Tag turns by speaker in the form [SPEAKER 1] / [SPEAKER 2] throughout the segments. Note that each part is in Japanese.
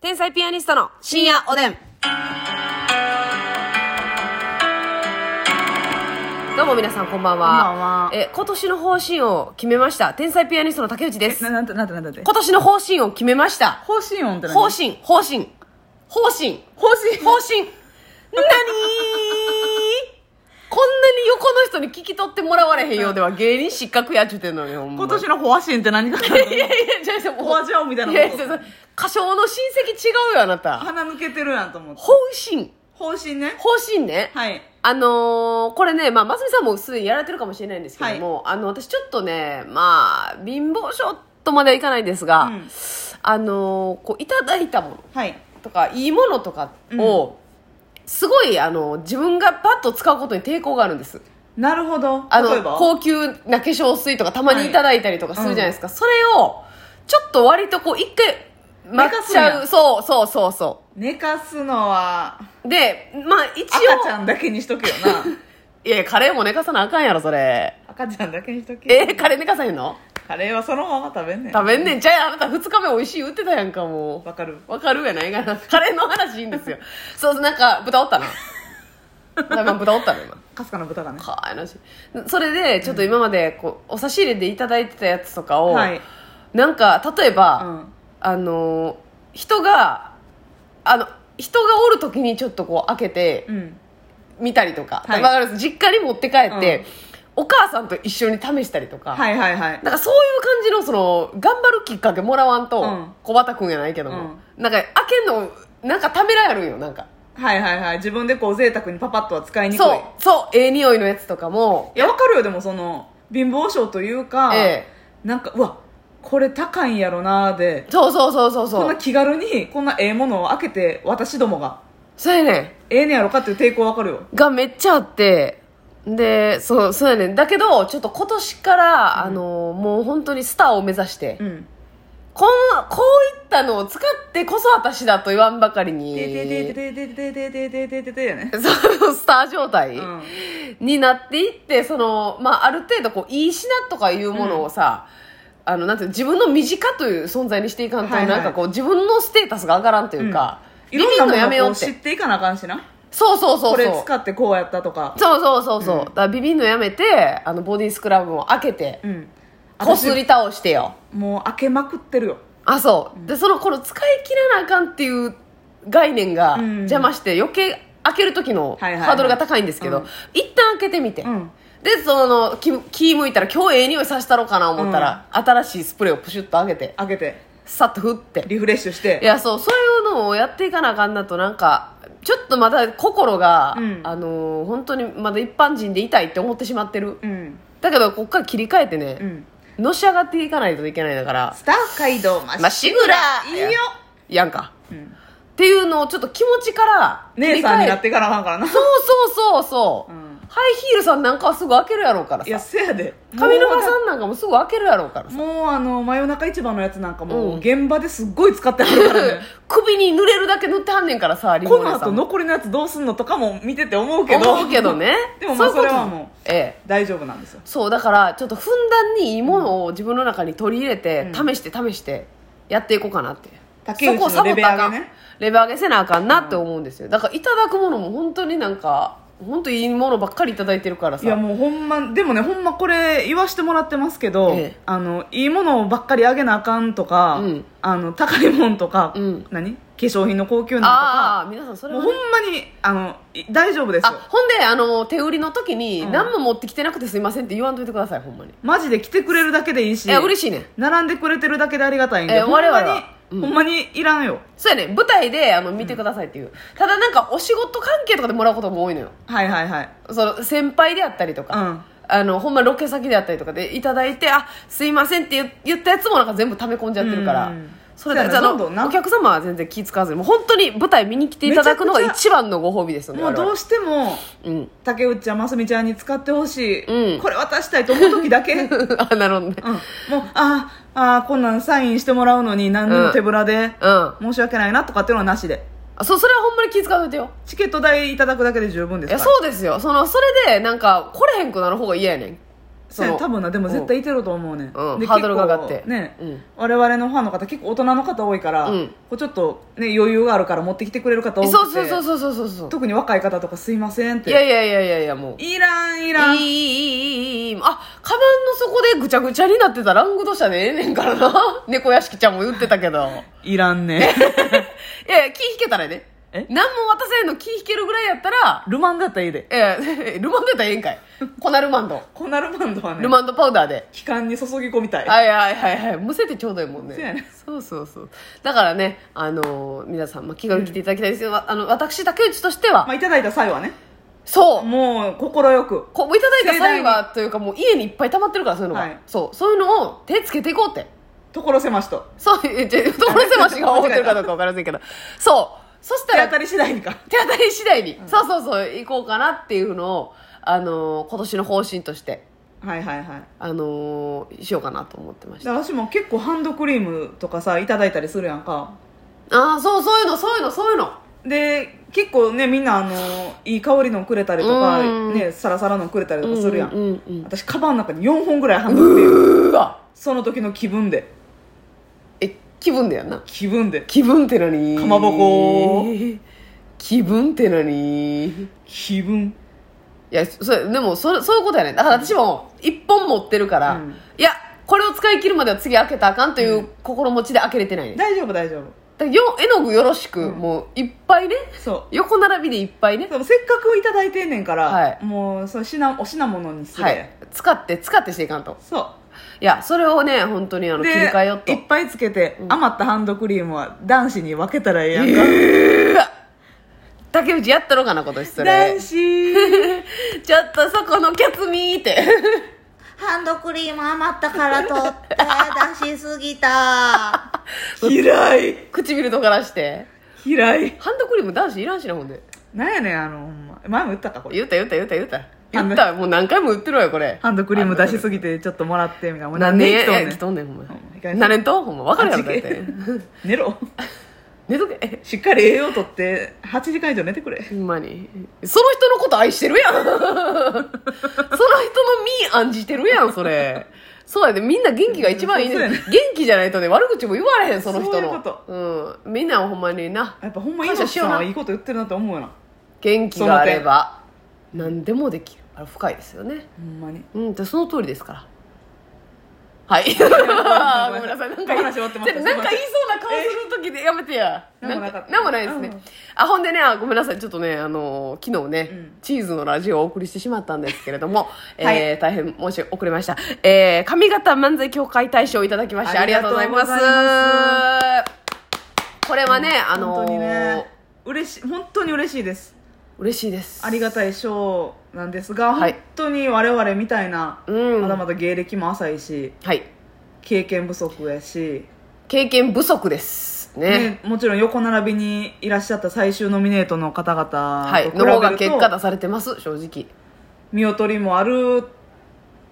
[SPEAKER 1] 天才ピアニストの深夜おでん。どうも皆さんこんばんは。
[SPEAKER 2] こんばんは
[SPEAKER 1] え、今年の方針を決めました。天才ピアニストの竹内です
[SPEAKER 2] な。なんてなんてなんてなんて
[SPEAKER 1] 今年の方針を決めました。
[SPEAKER 2] 方針音って何
[SPEAKER 1] 方針、方針、方針、
[SPEAKER 2] 方針
[SPEAKER 1] 方針。なにこんなに横の人に聞き取ってもらわれへんようでは芸人失格やっちゅうてんのよ、ほんま
[SPEAKER 2] 今年の方針って何かなと思っ
[SPEAKER 1] いやい
[SPEAKER 2] て
[SPEAKER 1] や、じゃあじゃあもう
[SPEAKER 2] ホワジャオみたいなこと
[SPEAKER 1] ややそうそう歌唱の親戚違うよ、あなた。
[SPEAKER 2] 鼻抜けてるやんと思って
[SPEAKER 1] 方針。
[SPEAKER 2] 方針ね
[SPEAKER 1] 方針ね。
[SPEAKER 2] はい
[SPEAKER 1] あのーこれね、まあ、ますみさんもすでにやられてるかもしれないんですけども、あの、私ちょっとね、まあ、貧乏症とまではいかないんですが、
[SPEAKER 2] うん
[SPEAKER 1] あのーこう、いただいたもの
[SPEAKER 2] はい
[SPEAKER 1] とか、いいものとかを、すごい、あの、自分がパッと使うことに抵抗があるんです。
[SPEAKER 2] なるほど
[SPEAKER 1] あ
[SPEAKER 2] 例え
[SPEAKER 1] の、
[SPEAKER 2] ば
[SPEAKER 1] 高級な化粧水とかたまにいただいたりとかするじゃないですか。それを、ちょっと割とこう、一回、待っち
[SPEAKER 2] 寝かすん
[SPEAKER 1] ゃう。
[SPEAKER 2] や
[SPEAKER 1] そうそうそうそ
[SPEAKER 2] 寝かすのは
[SPEAKER 1] う。で、まあ一
[SPEAKER 2] 赤ち
[SPEAKER 1] 応、
[SPEAKER 2] ゃんだけにしとけよ な
[SPEAKER 1] いやいや、カレーも寝かさなあかんやろ、それ。
[SPEAKER 2] 赤ちゃんだけにしとけ
[SPEAKER 1] えー、カレー寝かさへんの
[SPEAKER 2] カレーはそのまま食べんねん
[SPEAKER 1] 食べんねん。じゃあ、あなた二日目美味しい言ってたやんか、も
[SPEAKER 2] わかる
[SPEAKER 1] う。わかるやないかな。カレーの話いいんですよ。そう、なんか、豚おったな。今豚おったの、今。
[SPEAKER 2] かすかの豚がね
[SPEAKER 1] かーいなしそれでちょっと今までこう、お差し入れでいただいてたやつとかを、
[SPEAKER 2] はい
[SPEAKER 1] なんか例えば、
[SPEAKER 2] うん
[SPEAKER 1] あのー人があの人がおる時にちょっとこう開けて
[SPEAKER 2] うん
[SPEAKER 1] 見たりとか,、
[SPEAKER 2] はい
[SPEAKER 1] わかります実家に持って帰って、お母さんと一緒に試したりとか、
[SPEAKER 2] はいはいはい
[SPEAKER 1] なんかそういう感じのその頑張るきっかけもらわんと、
[SPEAKER 2] うん
[SPEAKER 1] 小畑君やないけども、なんか開けんのなんかためらやるんよなんか
[SPEAKER 2] はいはいはい自分でこう贅沢にパパッとは使いにくい
[SPEAKER 1] そうそうええ匂いのやつとかも
[SPEAKER 2] いやわかるよでもその貧乏症というか、
[SPEAKER 1] え
[SPEAKER 2] なんかうわこれ高いんやろなーで
[SPEAKER 1] そうそうそうそうそう
[SPEAKER 2] こんな気軽にこんなええものを開けて私どもが
[SPEAKER 1] そうやね
[SPEAKER 2] ええねやろかっていう抵抗わかるよ
[SPEAKER 1] んがめっちゃあってでそうそうやねんだけどちょっと今年から、あのもう本当にスターを目指して、
[SPEAKER 2] うん
[SPEAKER 1] こんこういったのを使ってこそ私だと言わんばかりに
[SPEAKER 2] ててててててててててててやね
[SPEAKER 1] そのスター状態、
[SPEAKER 2] うん
[SPEAKER 1] になっていってその、まあ、ある程度こういい品とかいうものをさ、あのなんていうの自分の身近という存在にしていかんと、
[SPEAKER 2] はいはい
[SPEAKER 1] なんかこう自分のステータスが上がらんというか、
[SPEAKER 2] い
[SPEAKER 1] ビビ
[SPEAKER 2] ろ
[SPEAKER 1] ん
[SPEAKER 2] ん
[SPEAKER 1] の
[SPEAKER 2] な
[SPEAKER 1] やめ
[SPEAKER 2] も
[SPEAKER 1] よ
[SPEAKER 2] のを
[SPEAKER 1] うって
[SPEAKER 2] 知っていかなあかんしな
[SPEAKER 1] そうそうそうそう
[SPEAKER 2] これ使ってこうやったとか
[SPEAKER 1] そうそうそうそう、だからビビんのやめてあのボディスクラブも開けて
[SPEAKER 2] うん
[SPEAKER 1] こすり倒してよ
[SPEAKER 2] もう開けまくってるよ
[SPEAKER 1] あそう、でそのこの使い切らなあかんっていう概念が
[SPEAKER 2] うん
[SPEAKER 1] 邪魔して余計開ける時の
[SPEAKER 2] はいはいはい
[SPEAKER 1] ハードルが高いんですけど、
[SPEAKER 2] うん
[SPEAKER 1] 一旦開けてみて、
[SPEAKER 2] うん
[SPEAKER 1] でその気気向いたら今日ええ匂いさせたろうかな思ったら、新しいスプレーをプシュッと開けて
[SPEAKER 2] 開けて
[SPEAKER 1] さっと振って
[SPEAKER 2] リフレッシュし
[SPEAKER 1] い
[SPEAKER 2] て
[SPEAKER 1] やそうそういうのをやっていかなあかんなとなんかちょっとまだ心が、
[SPEAKER 2] うん
[SPEAKER 1] あのー本当にまだ一般人でいたいって思ってしまってる、
[SPEAKER 2] うん
[SPEAKER 1] だけどこっから切り替えてね、
[SPEAKER 2] うん
[SPEAKER 1] のし上がっていかないといけないんだから
[SPEAKER 2] スター街道ま
[SPEAKER 1] まっしぐら
[SPEAKER 2] いいよ
[SPEAKER 1] やんか
[SPEAKER 2] うん
[SPEAKER 1] っていうのをちょっと気持ちから切
[SPEAKER 2] 姉
[SPEAKER 1] り
[SPEAKER 2] さん
[SPEAKER 1] 替
[SPEAKER 2] に
[SPEAKER 1] え
[SPEAKER 2] なってからなんからな
[SPEAKER 1] そうそうそうそう、
[SPEAKER 2] うん
[SPEAKER 1] ハイヒールさんなんかはすぐ開けるやろうから
[SPEAKER 2] いや
[SPEAKER 1] さ
[SPEAKER 2] せやで
[SPEAKER 1] 上沼さんなんかもすぐ開けるやろうからさ
[SPEAKER 2] もうあの真夜中市場のやつなんか
[SPEAKER 1] う
[SPEAKER 2] も
[SPEAKER 1] ん
[SPEAKER 2] う現場ですっごい使ってはるから ね
[SPEAKER 1] 首に濡れるだけ塗ってはんねんからさリ
[SPEAKER 2] こ
[SPEAKER 1] モ
[SPEAKER 2] の
[SPEAKER 1] ネさ
[SPEAKER 2] 後
[SPEAKER 1] んも
[SPEAKER 2] 残りのやつどうすんのとかも見てて思うけど
[SPEAKER 1] 思うけどね
[SPEAKER 2] でもまあ
[SPEAKER 1] ういうこと
[SPEAKER 2] それはもう
[SPEAKER 1] ええ
[SPEAKER 2] 大丈夫なんですよ
[SPEAKER 1] そうだからちょっとふんだんにいいものを自分の中に取り入れて、
[SPEAKER 2] うん
[SPEAKER 1] 試して試してやっていこうかなって
[SPEAKER 2] 竹内の
[SPEAKER 1] そこをサボったらあかん
[SPEAKER 2] レベル上げね
[SPEAKER 1] レベル上げせなあかんなって思うんですよだからいただくものも本当になんか本当いいものばっかりいただいてるからさ
[SPEAKER 2] いやもうほんまでもねほんまこれ言わしてもらってますけど、
[SPEAKER 1] ええ
[SPEAKER 2] あのいいものばっかりあげなあかんとか、
[SPEAKER 1] うん
[SPEAKER 2] あの高いもんとか、
[SPEAKER 1] うん
[SPEAKER 2] 何化粧品の高級な
[SPEAKER 1] ああ皆さんそ
[SPEAKER 2] とか
[SPEAKER 1] れ
[SPEAKER 2] も
[SPEAKER 1] は
[SPEAKER 2] う
[SPEAKER 1] ね、
[SPEAKER 2] ほんまにあのい大丈夫です
[SPEAKER 1] あ
[SPEAKER 2] よ
[SPEAKER 1] ほんであの手売りの時に、
[SPEAKER 2] うん
[SPEAKER 1] 何も持ってきてなくてすいませんって言わんといてくださいほんまに
[SPEAKER 2] マジで来てくれるだけでいいし
[SPEAKER 1] いや嬉しいねん
[SPEAKER 2] 並んでくれてるだけでありがたいん
[SPEAKER 1] え
[SPEAKER 2] で、
[SPEAKER 1] え
[SPEAKER 2] ほんまに
[SPEAKER 1] 我々はうん
[SPEAKER 2] ほんまにいらんよ
[SPEAKER 1] そうやね舞台であの見てくださいっていう、ただなんかお仕事関係とかでもらうことも多いのよ
[SPEAKER 2] はいはいはい
[SPEAKER 1] その先輩であったりとか、
[SPEAKER 2] うん
[SPEAKER 1] あのほんまロケ先であったりとかでいただいてあすいませんって言言ったやつもなんか全部溜め込んじゃってるから、
[SPEAKER 2] うん
[SPEAKER 1] それだ
[SPEAKER 2] そうや
[SPEAKER 1] けあ
[SPEAKER 2] などんどんな
[SPEAKER 1] のお客様は全然気使わずにもう本当に舞台見に来ていただくのが
[SPEAKER 2] めちゃく
[SPEAKER 1] 一番のご褒美ですよね
[SPEAKER 2] もうどうしても
[SPEAKER 1] 我々
[SPEAKER 2] 竹内ちゃんますみちゃんに使ってほしい、
[SPEAKER 1] うん
[SPEAKER 2] これ渡したいと思う時 だけ、うん、もう
[SPEAKER 1] うんあなるほどね
[SPEAKER 2] ああこんなんサインしてもらうのに何にも手ぶらで、
[SPEAKER 1] うん
[SPEAKER 2] 申し訳ないなとかっていうのはなしで
[SPEAKER 1] あそそれはほんまに気使わせてよ
[SPEAKER 2] チケット代いただくだけで十分で
[SPEAKER 1] い
[SPEAKER 2] す
[SPEAKER 1] や
[SPEAKER 2] から
[SPEAKER 1] そうですよそのそれでなんか来れへんくなる方が嫌やねんそ
[SPEAKER 2] そう
[SPEAKER 1] の
[SPEAKER 2] や多分なでも絶対いてると思うねん、
[SPEAKER 1] うん
[SPEAKER 2] で
[SPEAKER 1] ハードルが上がって
[SPEAKER 2] 結構ね、
[SPEAKER 1] うん
[SPEAKER 2] 我々のファンの方結構大人の方多いから、
[SPEAKER 1] うん
[SPEAKER 2] こうちょっと、ね、余裕があるから持ってきてくれる方多くて
[SPEAKER 1] そうそうそうそうそうそうそう
[SPEAKER 2] 特に若い方とかすいませんって
[SPEAKER 1] いやいやいやいやいやもう
[SPEAKER 2] いらんいら
[SPEAKER 1] い
[SPEAKER 2] ん
[SPEAKER 1] いいいいいいいあカバンの底でぐちゃぐちゃになってたラングド社でええねんからな 猫屋敷ちゃんも言ってたけ ど
[SPEAKER 2] いらんね
[SPEAKER 1] いやいや気引けたらね
[SPEAKER 2] え
[SPEAKER 1] 何も渡せんの気引けるぐらいやったら
[SPEAKER 2] ルマンガったらいいで
[SPEAKER 1] ええルマンドや ったらええんか い粉ルマンド
[SPEAKER 2] こんなルマンドはね
[SPEAKER 1] ルマンドパウダーで
[SPEAKER 2] 期間に注ぎ込みたい、
[SPEAKER 1] はいはいはいはいむせてちょうどいいもんね
[SPEAKER 2] そうやね
[SPEAKER 1] そうそうそうだからねあのー皆さん、まあ、気軽に来ていただきたいですけど、わあの私竹内としては、
[SPEAKER 2] まあ、いただいた際はね
[SPEAKER 1] そう
[SPEAKER 2] もう心よく
[SPEAKER 1] こういただいた際
[SPEAKER 2] 盛大
[SPEAKER 1] はというかもう家にいっぱい溜まってるからそういうのが、
[SPEAKER 2] はい
[SPEAKER 1] そうそういうのを手つけていこうって
[SPEAKER 2] 所狭しと
[SPEAKER 1] そうえじゃあ所狭しが思ってるかどうか分からませんけどそうそした
[SPEAKER 2] 手
[SPEAKER 1] ら
[SPEAKER 2] 当たり次第にか
[SPEAKER 1] 手当たり次第に、そうそうそう行こうかなっていうのを、あのー今年の方針として、
[SPEAKER 2] はいはいはい
[SPEAKER 1] あのーしようかなと思ってまし
[SPEAKER 2] で
[SPEAKER 1] た
[SPEAKER 2] 私も結構ハンドクリームとかさいただいたりするやんか
[SPEAKER 1] ああそうそういうのそういうのそういうの
[SPEAKER 2] で結構ねみんなあのいい香りのくれたりとか、
[SPEAKER 1] うん
[SPEAKER 2] ね、サラサラのくれたりとかするやん,、
[SPEAKER 1] うんうんうん
[SPEAKER 2] 私カバンの中に4本ぐらいハンドクリーム
[SPEAKER 1] うわ
[SPEAKER 2] その時の気分で
[SPEAKER 1] え気分だよな
[SPEAKER 2] 気分で
[SPEAKER 1] 気分って何
[SPEAKER 2] かまぼこ
[SPEAKER 1] 気分って何
[SPEAKER 2] 気分
[SPEAKER 1] いやそれでもそそういうことやねだから私も一本持ってるから、
[SPEAKER 2] うん
[SPEAKER 1] いやこれを使い切るまでは次開けたらあかんという心持ちで開けれてないね、だか
[SPEAKER 2] 大丈夫大丈夫
[SPEAKER 1] らよ絵の具よろしく、もういっぱいね
[SPEAKER 2] そう
[SPEAKER 1] 横並びでいっぱいね
[SPEAKER 2] でもせっかくいただいてんねんから、
[SPEAKER 1] はい
[SPEAKER 2] もうその品お品物にする、
[SPEAKER 1] はい使って使ってしていかんと
[SPEAKER 2] そ
[SPEAKER 1] いやそれをね本当にあ
[SPEAKER 2] う
[SPEAKER 1] の切り替えようと
[SPEAKER 2] いっぱいつけて、余ったハンドクリームは男子に分けたらええやんか、
[SPEAKER 1] 竹内やったろかな今年それ
[SPEAKER 2] 男 子
[SPEAKER 1] ちょっとそこのキャツミーって
[SPEAKER 3] ハンドクリーム余ったから取って出しすぎ た。
[SPEAKER 2] 嫌い
[SPEAKER 1] 唇とからして
[SPEAKER 2] 嫌い
[SPEAKER 1] ハンドクリーム男子いらんしなほんで
[SPEAKER 2] なんやねんあのほんま前も言ったかこれ
[SPEAKER 1] 言った言った言った言った
[SPEAKER 2] あ
[SPEAKER 1] 言
[SPEAKER 2] の
[SPEAKER 1] ったもう何回も言ってるわよこれ
[SPEAKER 2] ハンドクリーム出しすぎてちょっともらってみたいなもう
[SPEAKER 1] 何
[SPEAKER 2] 何年
[SPEAKER 1] 年
[SPEAKER 2] 生きとんね
[SPEAKER 1] 生き
[SPEAKER 2] ん
[SPEAKER 1] とんねんほんま
[SPEAKER 2] ん
[SPEAKER 1] 何年とほんま分かるやろだっ
[SPEAKER 2] あ違
[SPEAKER 1] て
[SPEAKER 2] う 寝ろ
[SPEAKER 1] 寝とけ
[SPEAKER 2] しっかり栄養とって8時間以上寝てくれ
[SPEAKER 1] ほんまにその人のこと愛してる やんその人の身案じてるやんそれそうやでみんな元気が一番いいね
[SPEAKER 2] そうやね
[SPEAKER 1] 元気じゃないとね悪口も言われへんその人の
[SPEAKER 2] そういうこ
[SPEAKER 1] うん、みんなほんまにな
[SPEAKER 2] やっぱほんま猪木さんはいいこと言ってるなって思うよな
[SPEAKER 1] 元気があれば何でもできるあれ深いですよね
[SPEAKER 2] ほんまに
[SPEAKER 1] うんでその通りですからはい ごめんなさいなんか言い
[SPEAKER 2] 話終わってます
[SPEAKER 1] でなんか言いそうな顔する時でやめてや。
[SPEAKER 2] え
[SPEAKER 1] なん
[SPEAKER 2] なんもなか
[SPEAKER 1] か
[SPEAKER 2] った
[SPEAKER 1] なんもないですね
[SPEAKER 2] うん。
[SPEAKER 1] あ、ほんでね、あごめんなさい。ちょっとね、あのー昨日ね、
[SPEAKER 2] うん
[SPEAKER 1] チーズのラジオをお送りしてしまったんですけれども、えー
[SPEAKER 2] はい
[SPEAKER 1] 大変申し遅れました。えー、上方漫才協会大賞をいただきまして、あ
[SPEAKER 2] あ
[SPEAKER 1] り
[SPEAKER 2] り
[SPEAKER 1] が
[SPEAKER 2] が
[SPEAKER 1] と
[SPEAKER 2] と
[SPEAKER 1] う
[SPEAKER 2] う
[SPEAKER 1] ご
[SPEAKER 2] ご
[SPEAKER 1] ざ
[SPEAKER 2] ざ
[SPEAKER 1] い
[SPEAKER 2] い
[SPEAKER 1] ま
[SPEAKER 2] ますす。
[SPEAKER 1] これはね、あの
[SPEAKER 2] 本当に
[SPEAKER 1] ー
[SPEAKER 2] ね嬉しい本当に嬉しいです
[SPEAKER 1] 嬉しいです。
[SPEAKER 2] ありがたい賞なんですが、
[SPEAKER 1] はい
[SPEAKER 2] 本当に我々みたいな、
[SPEAKER 1] うん
[SPEAKER 2] まだまだ芸歴も浅いし
[SPEAKER 1] はい。
[SPEAKER 2] 経験不足やし、
[SPEAKER 1] 経験不足です。ね。
[SPEAKER 2] ね、もちろん横並びにいらっしゃった最終ノミネートの方々
[SPEAKER 1] はい。
[SPEAKER 2] と比
[SPEAKER 1] の方が
[SPEAKER 2] べ
[SPEAKER 1] 結
[SPEAKER 2] る
[SPEAKER 1] 果
[SPEAKER 2] と
[SPEAKER 1] 出されてます、正直。
[SPEAKER 2] 見劣りもある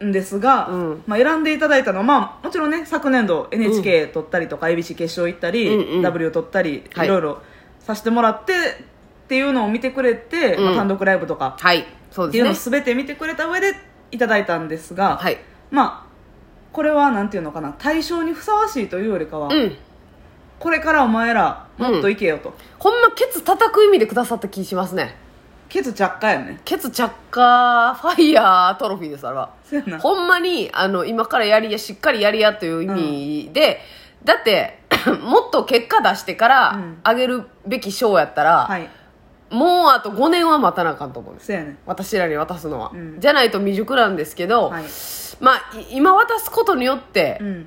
[SPEAKER 2] んですが、
[SPEAKER 1] うん
[SPEAKER 2] まあ、選んでいただいたのは、まあ、もちろんね昨年度 NHK 取ったりとか、ABC 決勝行ったり、
[SPEAKER 1] うんうん
[SPEAKER 2] W 取ったり、
[SPEAKER 1] はい
[SPEAKER 2] い、ろいろさせてもらってっていうのを見てくれて、
[SPEAKER 1] うん
[SPEAKER 2] まあ、単独ライブとか
[SPEAKER 1] はい。そう
[SPEAKER 2] っていう
[SPEAKER 1] で
[SPEAKER 2] のを
[SPEAKER 1] すね。
[SPEAKER 2] 全て見てくれた上でいただいたんですが、
[SPEAKER 1] はい。
[SPEAKER 2] まあこれはなんていうのかな対象にふさわしいというよりかは、
[SPEAKER 1] うん。
[SPEAKER 2] これからお前らもっといけよと、
[SPEAKER 1] ほんまケツ叩く意味でくださった気しますね
[SPEAKER 2] ケツ着火やね
[SPEAKER 1] ケツ着火ファイヤートロフィーですあれは
[SPEAKER 2] そうやな
[SPEAKER 1] ほんまにあの今からやりやしっかりやりやという意味で、だって もっと結果出してか
[SPEAKER 2] う
[SPEAKER 1] ら
[SPEAKER 2] ん
[SPEAKER 1] 上げるべき賞やったら、
[SPEAKER 2] はい
[SPEAKER 1] もうあと5年は待たなあかんと思うんです
[SPEAKER 2] そうやね
[SPEAKER 1] 私らに渡すのは、
[SPEAKER 2] うん
[SPEAKER 1] じゃないと未熟なんですけど、
[SPEAKER 2] はい
[SPEAKER 1] まあい今渡すことによって、
[SPEAKER 2] うん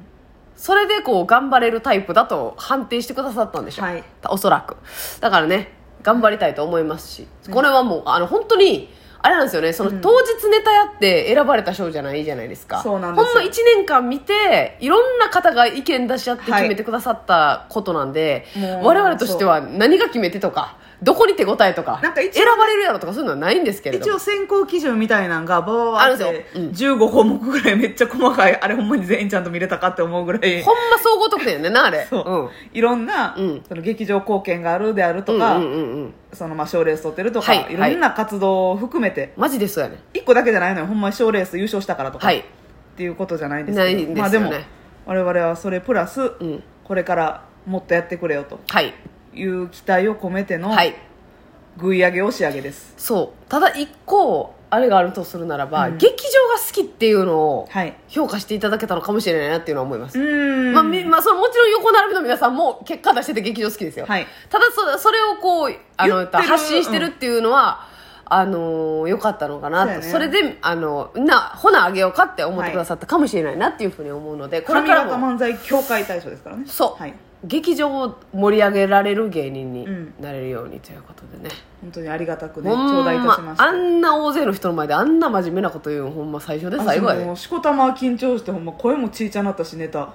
[SPEAKER 1] それでこう頑張れるタイプだと判定してくださったんでしょう、
[SPEAKER 2] はい
[SPEAKER 1] おそらくだからね頑張りたいと思いますし、これはもうあの本当にあれなんですよねその当日ネタやって選ばれた賞じゃないじゃないですか
[SPEAKER 2] そうなんですよ
[SPEAKER 1] ほんま1年間見ていろんな方が意見出し合って決めてくださったことなんで、
[SPEAKER 2] もう
[SPEAKER 1] 我々としては何が決め手とかどこに手応えとか
[SPEAKER 2] なんか一応
[SPEAKER 1] 選ばれるやろとかそういうのはないんですけれど
[SPEAKER 2] 一応選考基準みたいなんがババババって
[SPEAKER 1] あるんですようん
[SPEAKER 2] 15項目ぐらいめっちゃ細かいあれほんまに全員ちゃんと見れたかって思うぐら い
[SPEAKER 1] ほんま総合得点やねんなあれ
[SPEAKER 2] そう、
[SPEAKER 1] うん
[SPEAKER 2] いろんな、
[SPEAKER 1] うん
[SPEAKER 2] その劇場貢献があるであるとか、
[SPEAKER 1] うんうんうんうん
[SPEAKER 2] そのまあ賞レース取ってるとか、
[SPEAKER 1] はい
[SPEAKER 2] い、ろんな活動を含めて、
[SPEAKER 1] マジでそうやねん
[SPEAKER 2] 一1個だけじゃないのよほんま賞レース優勝したからとか、
[SPEAKER 1] はい
[SPEAKER 2] っていうことじゃないです
[SPEAKER 1] ない
[SPEAKER 2] け
[SPEAKER 1] んで
[SPEAKER 2] ど
[SPEAKER 1] すよね
[SPEAKER 2] まあでも我々はそれプラス、
[SPEAKER 1] ん
[SPEAKER 2] これからもっとやってくれよと
[SPEAKER 1] はい
[SPEAKER 2] いう期待を込めての
[SPEAKER 1] はい
[SPEAKER 2] ぐい上げ押し上げです
[SPEAKER 1] そうただ一個あれがあるとするならば、
[SPEAKER 2] うん
[SPEAKER 1] 劇場が好きっていうのを
[SPEAKER 2] はい
[SPEAKER 1] 評価していただけたのかもしれないなっていうのは思います、
[SPEAKER 2] ん
[SPEAKER 1] まあみまあ、そのもちろん横並びの皆さんも結果出してて劇場好きですよ、
[SPEAKER 2] はい
[SPEAKER 1] ただそそれをこうあの
[SPEAKER 2] 言ってる
[SPEAKER 1] 発信してるっていうのは、あのー良かったのかなとそ,、
[SPEAKER 2] そうやね
[SPEAKER 1] れであのなほなあげようかって思ってくださったかもしれないなっていうふうに思うのでこれ
[SPEAKER 2] 上
[SPEAKER 1] から
[SPEAKER 2] 方
[SPEAKER 1] も
[SPEAKER 2] 漫才協会大賞ですからね
[SPEAKER 1] そう、
[SPEAKER 2] はい、
[SPEAKER 1] 劇場を盛り上げられる芸人に
[SPEAKER 2] うん
[SPEAKER 1] なれるようにということでね、
[SPEAKER 2] 本当にありがたくね
[SPEAKER 1] ほん
[SPEAKER 2] 頂戴いたし
[SPEAKER 1] ま
[SPEAKER 2] ました
[SPEAKER 1] あんな大勢の人の前であんな真面目なこと言うのほんま最初で最後や
[SPEAKER 2] あも
[SPEAKER 1] で
[SPEAKER 2] うしこたま緊張してほんま声もちいちゃなったしネタ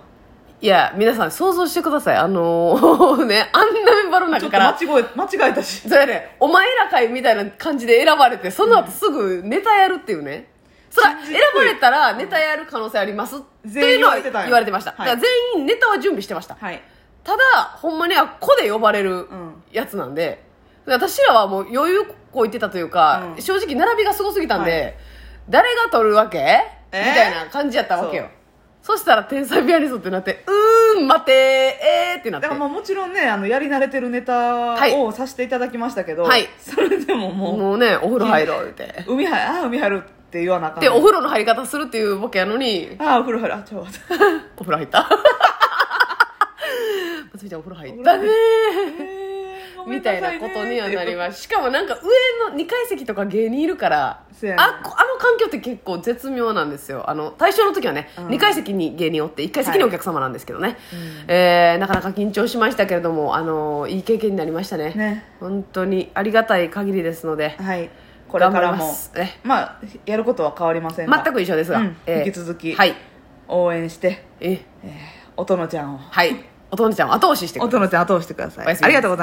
[SPEAKER 1] いや皆さん想像してくださいあのー ねあんなメンバーの
[SPEAKER 2] ち
[SPEAKER 1] 中
[SPEAKER 2] ょっと
[SPEAKER 1] から
[SPEAKER 2] 間違え間違えたし
[SPEAKER 1] そうやねお前らかいみたいな感じで選ばれてその後すぐネタやるっていうねそれは
[SPEAKER 2] 信じ
[SPEAKER 1] 選
[SPEAKER 2] にくい
[SPEAKER 1] ばれたらネタやる可能性ありますって
[SPEAKER 2] 全
[SPEAKER 1] いう
[SPEAKER 2] 員
[SPEAKER 1] の
[SPEAKER 2] 言わ
[SPEAKER 1] は
[SPEAKER 2] れてたんや
[SPEAKER 1] 言われてました、
[SPEAKER 2] はい
[SPEAKER 1] だから全員ネタは準備してました
[SPEAKER 2] はい
[SPEAKER 1] ただほんまにあ個で呼ばれる
[SPEAKER 2] うん
[SPEAKER 1] やつなんで、私らはもう余裕こいてたというか、
[SPEAKER 2] うん
[SPEAKER 1] 正直並びがすごすぎたんで、
[SPEAKER 2] は
[SPEAKER 1] 誰が取るわけ、みたいな感じやったわけよそしたら天才ピアニストってなってうーん待てーえーってなっ
[SPEAKER 2] だ
[SPEAKER 1] て
[SPEAKER 2] からまあもちろんねあのやり慣れてるネタ
[SPEAKER 1] はい
[SPEAKER 2] をさせていただきましたけど、
[SPEAKER 1] はい
[SPEAKER 2] それでももう
[SPEAKER 1] もうねお風呂入ろうって。
[SPEAKER 2] 「海入ああ海入る」って言わなあかん
[SPEAKER 1] でお風呂の入り方するっていうボケやのに
[SPEAKER 2] ああお風呂入るあちょっと 待って
[SPEAKER 1] お風呂入ったま つみちゃんお風呂入ったね
[SPEAKER 2] えーごめ
[SPEAKER 1] み
[SPEAKER 2] んさ
[SPEAKER 1] たいなことにはなり
[SPEAKER 2] す
[SPEAKER 1] ましたしかもなんか上の2階席とか芸人いるから
[SPEAKER 2] そうやね
[SPEAKER 1] あこあの環境って結構絶妙なんですよあの対象の時はね、
[SPEAKER 2] うん
[SPEAKER 1] 2階席に芸人おって1階席にお客様なんですけどね、えーなかなか緊張しましたけれどもあのいい経験になりましたね
[SPEAKER 2] ね
[SPEAKER 1] 本当にありがたい限りですので
[SPEAKER 2] はいこれから
[SPEAKER 1] 頑張り
[SPEAKER 2] も
[SPEAKER 1] ますね
[SPEAKER 2] まあやることは変わりませんが
[SPEAKER 1] 全く一緒ですが、
[SPEAKER 2] うん
[SPEAKER 1] えー
[SPEAKER 2] 引き続き
[SPEAKER 1] はい
[SPEAKER 2] 応援して
[SPEAKER 1] えー
[SPEAKER 2] えーおとのちゃんを
[SPEAKER 1] はい。おとのちゃんを後押ししてくれ
[SPEAKER 2] おとのちゃん後押してください
[SPEAKER 1] おやすみなさい
[SPEAKER 2] ありがとうございます